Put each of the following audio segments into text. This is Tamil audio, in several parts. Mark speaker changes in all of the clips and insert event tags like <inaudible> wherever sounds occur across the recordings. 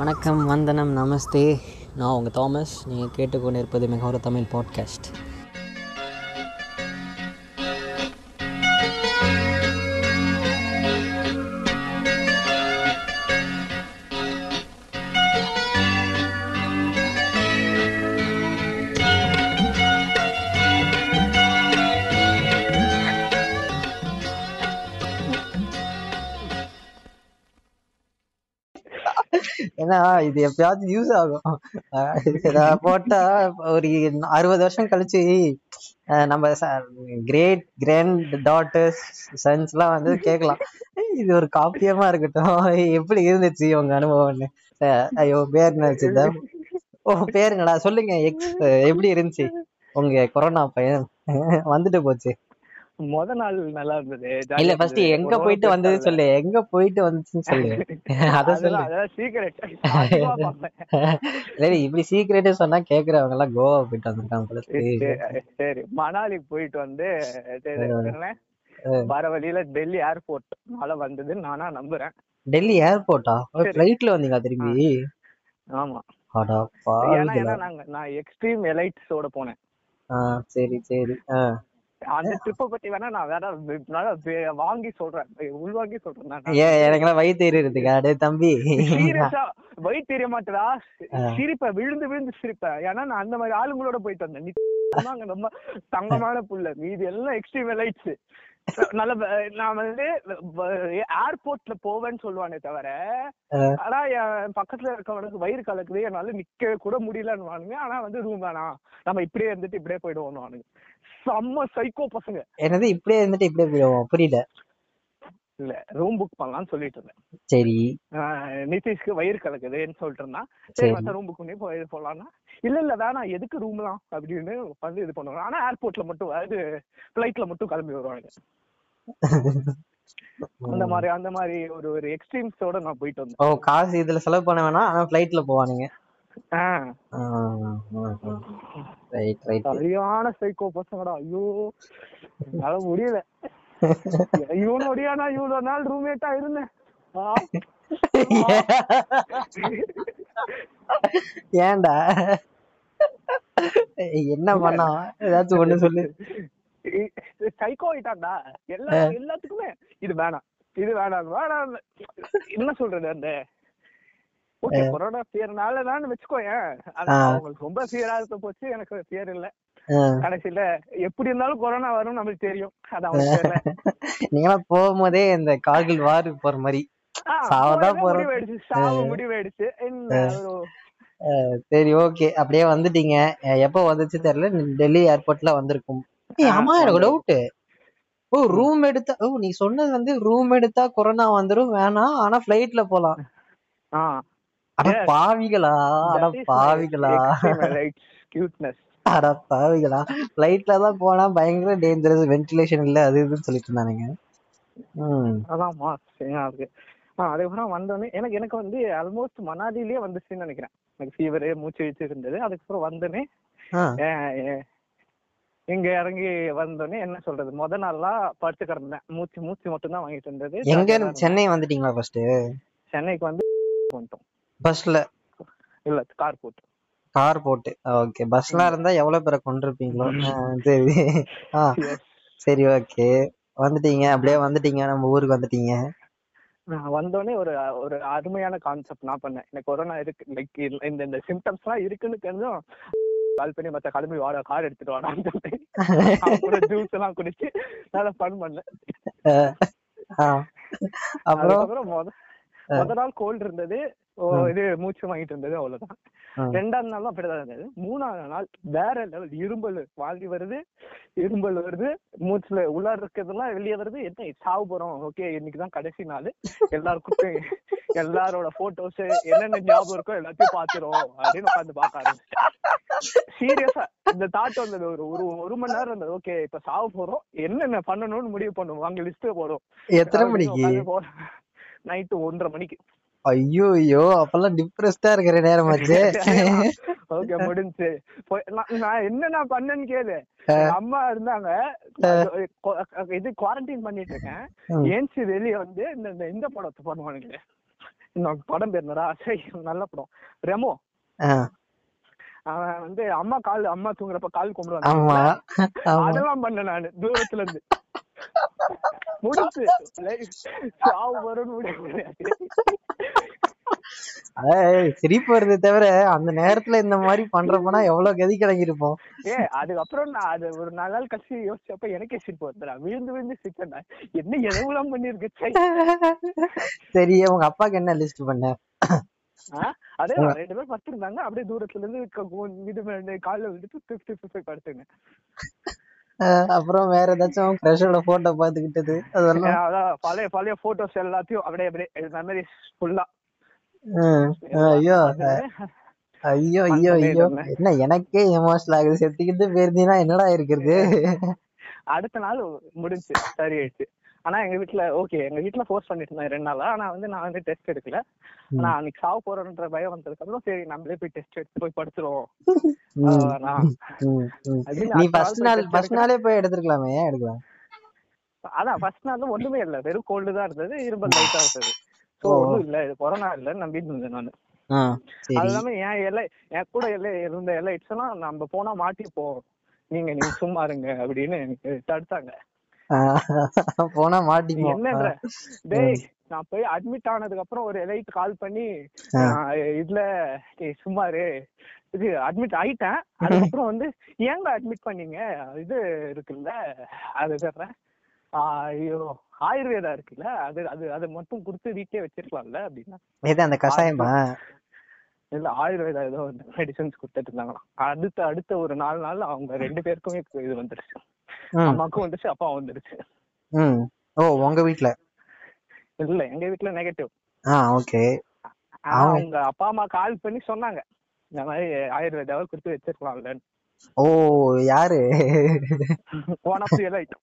Speaker 1: வணக்கம் வந்தனம் நமஸ்தே நான் உங்கள் தாமஸ் நீங்கள் கேட்டுக்கொண்டிருப்பது மிக ஒரு தமிழ் பாட்காஸ்ட் ஏன்னா இது எப்பயாவது யூஸ் ஆகும் அஹ் இதை போட்டா ஒரு அறுபது வருஷம் கழிச்சு அஹ் நம்ம கிரேட் கிராண்ட் டாட்டர்ஸ் சன்ஸ்லாம் வந்து கேட்கலாம் "ஏய், இது ஒரு காப்பியமா இருக்கட்டும் எப்படி இருந்துச்சு உங்க அனுபவம்னு அஹ் ஐயோ பேர் என்ன வச்சுதா ஓ பேருங்களா சொல்லுங்க எக்ஸ் எப்படி இருந்துச்சு உங்க கொரோனா பையன் வந்துட்டு போச்சு
Speaker 2: முத நாள் நல்லா இருந்தது
Speaker 1: இல்ல ஃபர்ஸ்ட் எங்க போயிட்டு வந்தது சொல்லு எங்க போயிட்டு வந்துச்சுன்னு
Speaker 2: <laughs>
Speaker 1: சொல்லு அத <laughs> சொல்லு
Speaker 2: சீக்கிரட்
Speaker 1: சரி இப்படி சீக்கிரட்டே சொன்னா கேக்குறவங்க எல்லாம் கோவா போயிட்டு வந்திருக்காங்க போல இருக்கு.
Speaker 2: சரி மணாலிக்கு போயிட்டு வந்து சரி, என்ன? வர வழியில டெல்லி ஏர்போர்ட் மழை வந்ததுன்னு நானா நம்புறேன்
Speaker 1: டெல்லி ஏர்போர்ட்டா ஃபிளைட்ல வந்தீங்க திரும்பி
Speaker 2: ஆமா
Speaker 1: அடா
Speaker 2: ஏன்னா
Speaker 1: பாவிகளா.
Speaker 2: ஏன்னா நாங்க நான் எக்ஸ்ட்ரீம் எலைட்ஸோட போனேன்
Speaker 1: ஆ சரி சரி ஆ
Speaker 2: அந்த ட்ரிப்பை பத்தி வேணா நான் வேற நல்லா வே- வாங்கி சொல்றேன் உள்வாங்கி சொல்றேன் நான்
Speaker 1: ஏன் எனக்கெல்லாம் வயிற்று எறிறதுக்கு அடே தம்பி <laughs>
Speaker 2: சீரியஸா வயிறு தெரிய மாட்டதா சிரிப்பேன் விழுந்து விழுந்து சிரிப்பேன் ஏன்னா நான் அந்த மாதிரி ஆளுங்களோட போயிட்டு வந்தேன் நிச்சயமா அங்க ரொம்ப தங்கமான புள்ள மீதி எல்லாம் எக்ஸ்ட்ரீம் லைட்ஸ் நல்ல வ- நான் வந்து ஏர்போர்ட்ல போவேன்னு சொல்லுவானே தவிர
Speaker 1: அஹ்.
Speaker 2: ஆனா என் பக்கத்துல இருக்கவனுக்கு வயிறு கலக்குது என்னால நிக்கவே கூட முடியலன்னு வானுங்க ஆனா வந்து ரூம் வேணாம் நம்ம இப்படியே இருந்துட்டு இப்படியே போயிடுவோம் வானுங்க செம்ம சைக்கோ பசங்க
Speaker 1: என்னது இப்படியே இருந்துட்டு இப்படியே போயிடுவோம் புரியல
Speaker 2: இல்ல ரூம் புக் பண்ணலாம்னு சொல்லிட்டு இருந்தேன்
Speaker 1: சரி
Speaker 2: ஆஹ் நிதிஷ்க்கு வயிறு கலக்குதுன்னு சொல்லிட்டு இருந்தான் சரி
Speaker 1: சரி.
Speaker 2: மத்த ரூம் புக் பண்ணி போய் போலாம்னா இல்ல இல்ல வேணாம் எதுக்கு ரூம்லாம் அப்படின்னு வந்து இது பண்ணுவாங்க ஆனா ஏர்போர்ட்ல மட்டும் அது பிளைட்ல மட்டும் கிளம்பி வருவாங்க அந்த மாதிரி அந்த மாதிரி ஒரு ஒரு எக்ஸ்ட்ரீம்ஸோட நான் போயிட்டு வந்தேன்
Speaker 1: ஓ காசு இதுல செலவு பண்ண வேணாம் ஆனா ஃபிளைட்ல போவானுங்க
Speaker 2: ஆஹ்
Speaker 1: ரைட் ரைட்
Speaker 2: சரியான சைக்கோ பசங்கடா ஐயோ என்னால முடியல இவனோடய நான் இவ்வளவு நாள் ரூம்மேட்டா இருந்தேன் ஆ.
Speaker 1: <laughs> ஏன்டா என்ன பண்ணா ஏதாச்சும் ஒண்ணு சொல்லு
Speaker 2: சைக்கோ ஆயிட்டான்டா எல்லா எல்லாத்துக்குமே இது வேணாம் இது வேணாம் வேணாம் என்ன சொல்றது அந்த ஓகே கொரோனா ஃபியர்னால தான் வச்சுக்கோயேன் ஆனா
Speaker 1: ஆ.
Speaker 2: அவங்களுக்கு ரொம்ப ஃபியரா இருக்க போச்சு எனக்கு ஃபியர் இல்ல
Speaker 1: ஆ.
Speaker 2: கடைசியில எப்படி இருந்தாலும் கொரோனா வரும் நம்மளுக்கு தெரியும் அது அவங்களுக்கு தெரியல.
Speaker 1: நீங்களாம் போகும்போதே இந்த கார்கில் வார் போற மாதிரி
Speaker 2: ஆ,
Speaker 1: சாவதான் போறோம்.
Speaker 2: போறதே முடிவாயிடுச்சு சாவு முடிவாயிடுச்சு என்ன ஒரு-
Speaker 1: அஹ் சரி ஓகே அப்படியே வந்துட்டீங்க அஹ் எப்போ வந்துச்சு தெரியல நீ- டெல்லி ஏர்போர்ட்ல வந்திருக்கும் ஏய்,
Speaker 2: ஆ,
Speaker 1: ஆமா எனக்கு டவுட் ஓ ரூம் எடுத்தா ஓ நீ சொன்னது வந்து ரூம் எடுத்தா கொரோனா வந்துரும் வேணாம் ஆனா ஃபிளைட்ல போலாம்
Speaker 2: ஆ,
Speaker 1: அட
Speaker 2: Yes.
Speaker 1: பாவிகளா அட
Speaker 2: that is my
Speaker 1: பாவிகளா
Speaker 2: extreme rights, cuteness.
Speaker 1: அட பாவிகளா ஃபிளைட்ல தான் போனா பயங்கர டேஞ்சரஸ் வென்டிலேஷன் இல்ல அது இதுன்னு சொல்லிட்டு இருந்தானுங்க ம்
Speaker 2: அதான்மா சரியா இருக்கு ஆ அதுக்கப்புறம் வந்தோடனே எனக்கு எனக்கு வந்து ஆல்மோஸ்ட் மனாலிலேயே வந்துச்சுன்னு நினைக்கிறேன் எனக்கு ஃபீவர் மூச்சு வீச்சு இருந்தது அதுக்கப்புறம் வந்தோடனே
Speaker 1: ஆ
Speaker 2: அஹ், அஹ், இங்க இறங்கி வந்தோடனே என்ன சொல்றது முத நாளா படுத்து கிடந்தேன் மூச்சு மூச்சு மட்டும் தான் வாங்கிட்டு இருந்தது
Speaker 1: எங்க
Speaker 2: தலை
Speaker 1: இருந்து
Speaker 2: வேற-
Speaker 1: சென்னை வந்துட்டீங்களா ஃபர்ஸ்ட்
Speaker 2: சென்னைக்கு வந்து வந்துட்டோம்
Speaker 1: பஸ்ல
Speaker 2: இல்ல கார் போட்டு
Speaker 1: கார் போட்டு ஓகே பஸ்லாம் இருந்தா எவ்வளவு பேரை கொண்டிருப்பீங்களோ ஆ, சரி ஆ சரி ஓகே வந்துட்டீங்க அப்படியே வந்துட்டீங்க நம்ம ஊருக்கு வந்துட்டீங்க
Speaker 2: நான் வந்தோடனே ஒரு ஒரு அருமையான கான்செப்ட் நான் பண்ணேன் எனக்கு கொரோனா இருக்கு லைக் இந்த இந்த சிம்டம்ஸ் எல்லாம் இருக்குன்னு தெரிஞ்சும் கால் பண்ணி மத்த கிளம்பி வாடா கார் எடுத்துட்டு வாடான்னு சொல்லி அப்புறம் ஜூஸ் எல்லாம் குடிச்சு நல்லா ஃபன் பண்ணேன்
Speaker 1: ஆ. அப்புறம்
Speaker 2: அதுக்கப்புறம் முத- முத நாள் கோல்டு இருந்தது ஓ, இது மூச்சு வாங்கிட்டு இருந்தது அவ்வளவுதான்
Speaker 1: ஆ.
Speaker 2: ரெண்டாவது நாள் அப்படிதான் இருந்தது மூணாவது நாள் வேற லெவல் இரும்பல் வாந்தி வருது இரும்பல் வருது மூச்சுல உள்ளார இருக்கிறதெல்லாம் வெளியே வருது என்ன சாவு போறோம் ஓகே இன்னைக்குதான் கடைசி நாள் எல்லாருக்கும் எல்லாரோட போட்டோஸ் என்னென்ன ஞாபகம் இருக்கோ எல்லாத்தையும் பாத்துரும் அப்படின்னு உட்காந்து பார்க்க ஆரம்பிச்சேன் சீரியஸா இந்த தாட் வந்தது ஒரு ஒரு ஒரு மணி நேரம் இருந்தது ஓகே இப்ப சாவு போறோம் என்னென்ன பண்ணணும்னு முடிவு பண்ணுவோம் அங்க லிஸ்ட் போறோம்
Speaker 1: எத்தனை மணிக்கு
Speaker 2: நைட்டு ஒன்றரை மணிக்கு
Speaker 1: ஐயோ ஐயோ அப்பெல்லாம் டிப்ரெஸ்டா இருக்கிற நேரமாச்சு <laughs>
Speaker 2: ஓகே முடிஞ்சு போய்- நான் நான் என்ன நான் பண்ணேன்னு கேளு
Speaker 1: ஆ.
Speaker 2: எங்க அம்மா இருந்தாங்க அது கொ- இது குவாரண்டைன் பண்ணிட்டு இருக்கேன்
Speaker 1: ம்.
Speaker 2: ஏன்சி வெளிய வந்து இந்த இந்த- இந்த படத்தை பண்ணுவானுங்களே நான் படம் பேர் என்னடா சரி நல்ல படம் ரெமோ
Speaker 1: ஆஹ்
Speaker 2: அவன் வந்து அம்மா கால் அம்மா தூங்குறப்ப கால் கும்பிடுவாங்க
Speaker 1: ஆமா ஆமா
Speaker 2: அதெல்லாம் பண்ண நானு தூரத்துல இருந்து முடிச்சு life சாவு வரும்னு முடிவு.
Speaker 1: ஏய், சிரிப்பு வருது தவிர அந்த நேரத்துல இந்த மாதிரி பண்றப்பனா எவ்வளவு கதி கிடங்கிருப்போம்
Speaker 2: ஏ அதுக்கப்புறம் நான் அது ஒரு நாலு நாள் கழிச்சு யோசிச்சப்ப எனக்கே சிரிப்பு வந்துடா விழுந்து விழுந்து சிரிச்சேன்டா என்ன எதவுலாம் பண்ணிருக்க சை
Speaker 1: சரி உங்க அப்பாக்கு என்ன லிஸ்ட் பண்ண
Speaker 2: ஆ, அதே நான் ரெண்டு பேரும் படுத்திருந்தாங்க அப்படியே தூரத்துல இருந்து க- கு- இது பண்ணி கால்ல விழுந்துட்டு திருப்பி திருப்பி படுத்துங்க
Speaker 1: ஆஹ் அப்புறம் வேற ஏதாச்சும் க்ரஷோட போட்டோ பாத்துக்கிட்டது அதெல்லாம்
Speaker 2: அதான் பழைய பழைய போட்டோஸ் எல்லாத்தையும் அப்படியே அப்படியே மெமரிஸ் ஃபுல்லா
Speaker 1: ஆஹ் ஆஹ் ஐயோ ஐயோ ஐயோ
Speaker 2: அந்த
Speaker 1: ஐயோ
Speaker 2: மாதிரி
Speaker 1: என்ன எனக்கே எமோஷனல் ஆகுது செத்துக்கிட்டு போயிருந்தீங்கன்னா என்னடா இருக்கிறது
Speaker 2: அடுத்த நாள் முடிஞ்சு சரி ஆயிடுச்சு ஆனா எங்க வீட்ல ஓகே எங்க வீட்ல ஃபோர்ஸ் பண்ணிட்டு இருந்தேன் ரெண்டு நாளா ஆனா வந்து நான் வந்து டெஸ்ட் எடுக்கல ஆனா அன்னைக்கு சாவ போறோன்ற பயம் வந்ததுக்கு அப்புறம் சரி நம்மளே போய் டெஸ்ட் எடுத்து போய் படுத்துருவோம்
Speaker 1: ம்,
Speaker 2: நான்
Speaker 1: ம், ம்.
Speaker 2: அது
Speaker 1: நீ
Speaker 2: நான்
Speaker 1: ஃபர்ஸ்ட்
Speaker 2: கால்
Speaker 1: நாள்
Speaker 2: பண்ணி
Speaker 1: ஃபர்ஸ்ட் நாளே போய் எடுத்திருக்கலாமே ஏன் எடுக்கலாம்
Speaker 2: அதான் ஃபர்ஸ்ட் நாள் ஒண்ணுமே இல்ல வெறும் கோல்டு தான் இருந்தது இரும்பல் லைட்டா இருந்தது சோ
Speaker 1: ஓ.
Speaker 2: ஒண்ணும் இல்ல இது கொரோனா இல்ல நம்பிட்டு இருந்தேன் நான்
Speaker 1: ஆ
Speaker 2: அது
Speaker 1: சரி
Speaker 2: இல்லாம என் எல்லை என் கூட எல்லை இருந்த எல்லை இட்ஸ் எல்லாம் நம்ம போனா மாட்டிப்போம் நீங்க நீங்க சும்மா இருங்க அப்படின்னு எனக்கு தடுத்தாங்க
Speaker 1: ஆ, போனா
Speaker 2: நீ
Speaker 1: மாட்டிக்குவோம்
Speaker 2: என்னன்ற
Speaker 1: ஆ.
Speaker 2: டேய் நான் போய் அட்மிட் ஆனதுக்கு அப்புறம் ஒரு எலைட் கால் பண்ணி
Speaker 1: ஆ.
Speaker 2: நான் இதுல டேய் சும்மா இரு இது அட்மிட் ஆயிட்டேன் அதுக்கப்புறம் வந்து ஏங்க அட்மிட் பண்ணீங்க இது இருக்குல்ல அது சொல்றேன் ஐயோ ஆயுர்வேதா இருக்குல்ல அது அது அது மட்டும் கொடுத்து வீட்லயே வச்சிருக்கலாம்ல அப்படின்னா
Speaker 1: எது அந்த கஷாயமா
Speaker 2: இல்ல ஆயுர்வேதா ஏதோ மெடிசன்ஸ் கொடுத்துட்டு இருந்தாங்களாம் அடுத்த அடுத்த ஒரு நாலு நாள் அவங்க ரெண்டு பேருக்குமே இது வந்துருச்சு
Speaker 1: ம்
Speaker 2: அம்மாக்கும் வந்துருச்சு அப்பாவும் வந்துருச்சு
Speaker 1: ம் ஓ உங்க வீட்ல
Speaker 2: இல்ல எங்க வீட்ல நெகட்டிவ்
Speaker 1: ஆ ஓகே
Speaker 2: ஆனா
Speaker 1: அவங்க-
Speaker 2: அவங்க அப்பா அம்மா கால் பண்ணி சொன்னாங்க இந்த மாதிரி ஆயுர்வேதாவை கொடுத்து வச்சிருக்கலாம்ல
Speaker 1: ஓ யாரு <laughs>
Speaker 2: போன புயலாயிட்டு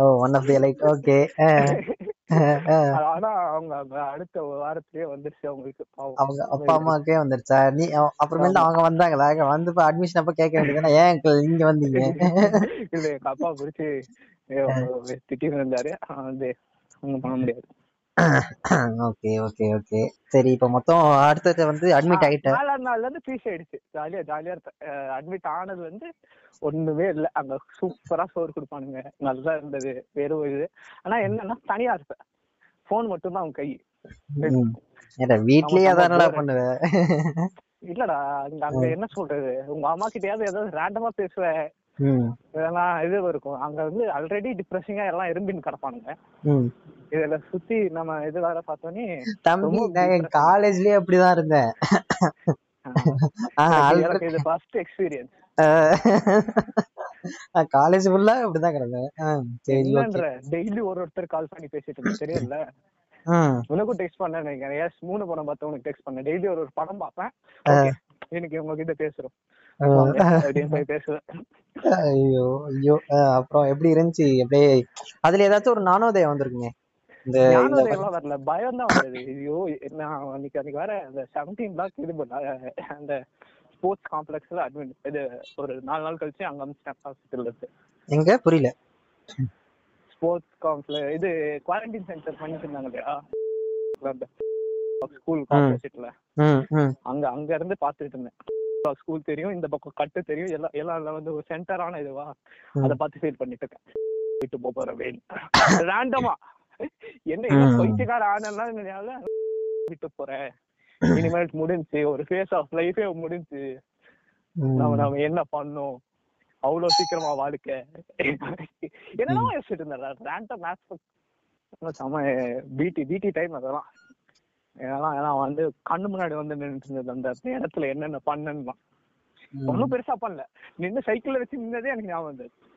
Speaker 1: ஓ one of the like okay
Speaker 2: ஆனா அவங்க அவங்க அடுத்த வாரத்திலேயே வந்துருச்சு அவங்களுக்கு பாவம்
Speaker 1: அவங்க அப்பா அம்மாக்கே வந்துருச்சா நீ அவ- அப்புறமேட்டு அவங்க வந்தாங்களா இங்க வந்து இப்போ அட்மிஷன் அப்ப கேட்க வேண்டியதுதானே ஏன் uncle இங்க வந்தீங்க
Speaker 2: இல்ல எங்க அப்பா குறிச்சு திட்டின்னு இருந்தாரு ஆனா வந்து ஒண்ணும் பண்ண முடியாது
Speaker 1: ஓகே ஓகே ஓகே சரி இப்போ மொத்தம் அடுத்தது வந்து அட்மிட் ஆயிட்ட
Speaker 2: நாலாவது நாள்ல இருந்து பீஸ் ஆயிடுச்சு ஜாலியா ஜாலியா அட்மிட் ஆனது வந்து ஒண்ணுமே இல்ல அங்க சூப்பரா சோறு கொடுப்பானுங்க நல்லா இருந்தது வெறும் இது ஆனா என்னன்னா தனியா இருப்பேன் போன் மட்டும்தான் அவன் கை
Speaker 1: ம். ஏன்டா வீட்லயே
Speaker 2: ஆமா,
Speaker 1: அதானடா
Speaker 2: bore
Speaker 1: பண்ணுவ
Speaker 2: இல்லடா அங்க அங்க என்ன சொல்றது உங்க அம்மா கிட்டயாவது ஏதாவது ரேண்டமா பேசுவ
Speaker 1: ம்
Speaker 2: இதெல்லாம் இது இருக்கும் அங்க வந்து ஆல்ரெடி டிப்ரெசிங்கா எல்லாம் இரும்பின்னு கிடப்பானுங்க
Speaker 1: ம்
Speaker 2: இதுல சுத்தி நம்ம இது வேற பார்த்தோன்னே
Speaker 1: தம்பி
Speaker 2: ரொம்ப
Speaker 1: நான் என்
Speaker 2: depressing.
Speaker 1: காலேஜ்லயே அப்படிதான் இருந்தேன் ஆ,
Speaker 2: எனக்கு-
Speaker 1: already-
Speaker 2: எனக்கு இது ஃபர்ஸ்ட் எக்ஸ்பீரியன்ஸ்
Speaker 1: காலேஜ் ஃபுல்லா இப்படிதான் கிடந்தேன் ஆ, சரி ஓகே
Speaker 2: என்னன்ற டெய்லி ஒரு ஒருத்தர் கால் பண்ணி பேசிட்டு இருந்தோம் தெரியல
Speaker 1: ம்
Speaker 2: உனக்கும் டெக்ஸ்ட் பண்ண நினைக்கிறேன் எஸ் மூணு படம் பார்த்தேன் உனக்கு டெக்ஸ்ட் பண்ண டெய்லி ஒரு ஒரு படம் பார்ப்பேன்
Speaker 1: ஆ.
Speaker 2: ஓகே இன்னைக்கு உங்ககிட்ட பேசுறோம்
Speaker 1: ஆ.
Speaker 2: வாங்க அப்படின்னு போய் பேசுவேன்
Speaker 1: ஐயோ ஐயோ அஹ் அப்புறம் எப்படி இருந்துச்சு அப்படியே அதுல ஏதாச்சும் ஒரு நாணோதயம் வந்திருக்குமே இந்த இந்த
Speaker 2: ஞானோதயம் எல்லாம் வரல பயம் தான் வந்தது ஐயோ நான் அன்னைக்கு அன்னைக்கு வேற அந்த செவன்டீன் பிளாக் இது பண்ண அந்த ஸ்போர்ட்ஸ் காம்ப்ளெக்ஸ்ல அட்மிட் இது ஒரு நாலு நாள் கழிச்சு அங்க அமிச்சிட்டேன் ஹாஸ்பிட்டல் இருக்கு
Speaker 1: எங்க புரியல
Speaker 2: ஸ்போர்ட்ஸ் காம்ப்ளெக்ஸ் இது குவாரண்டைன் சென்டர் பண்ணிட்டு இருந்தாங்க இல்லையா ஸ்கூல் ஆப்போசிட்ல
Speaker 1: ம் ம்
Speaker 2: அங்க அங்க இருந்து பாத்துட்டு இருந்தேன் ஸ்கூல் தெரியும் இந்த பக்கம் கட்டு தெரியும் எல்லாம் எல்லாம் எல்லாம் வந்து ஒரு சென்டரான இதுவா அதை பார்த்து ஃபீல் பண்ணிட்டு இருக்கேன் வீட்டு போக போற வேணும் ரேண்டமா என்ன ஏதோ
Speaker 1: ம்.
Speaker 2: பைத்தியக்கார ஆனெல்லாம் நினைவால விட்டு போறேன் இனிமேல் முடிஞ்சு ஒரு ஃபேஸ் ஆஃப் லைஃபே முடிஞ்சு நம்ம
Speaker 1: ம்.
Speaker 2: நம்ம என்ன பண்ணோம் அவ்வளவு சீக்கிரமா வாழ்க்கை என்னென்னமோ யோசிச்சுட்டு இருந்தேன் ரேண்டம் மேட்ச் செம பிடி பிடி டைம் அதெல்லாம் ஏன்னா ஏன்னா வந்து கண்ணு முன்னாடி வந்து நின்னுட்டு இருந்தது அந்த இடத்துல என்னென்ன பண்ணேன்னா
Speaker 1: ம்.
Speaker 2: ஒன்றும் பெருசா பண்ணல நின்று சைக்கிள்ல வச்சு நின்னதே எனக்கு ஞாபகம் வந்தது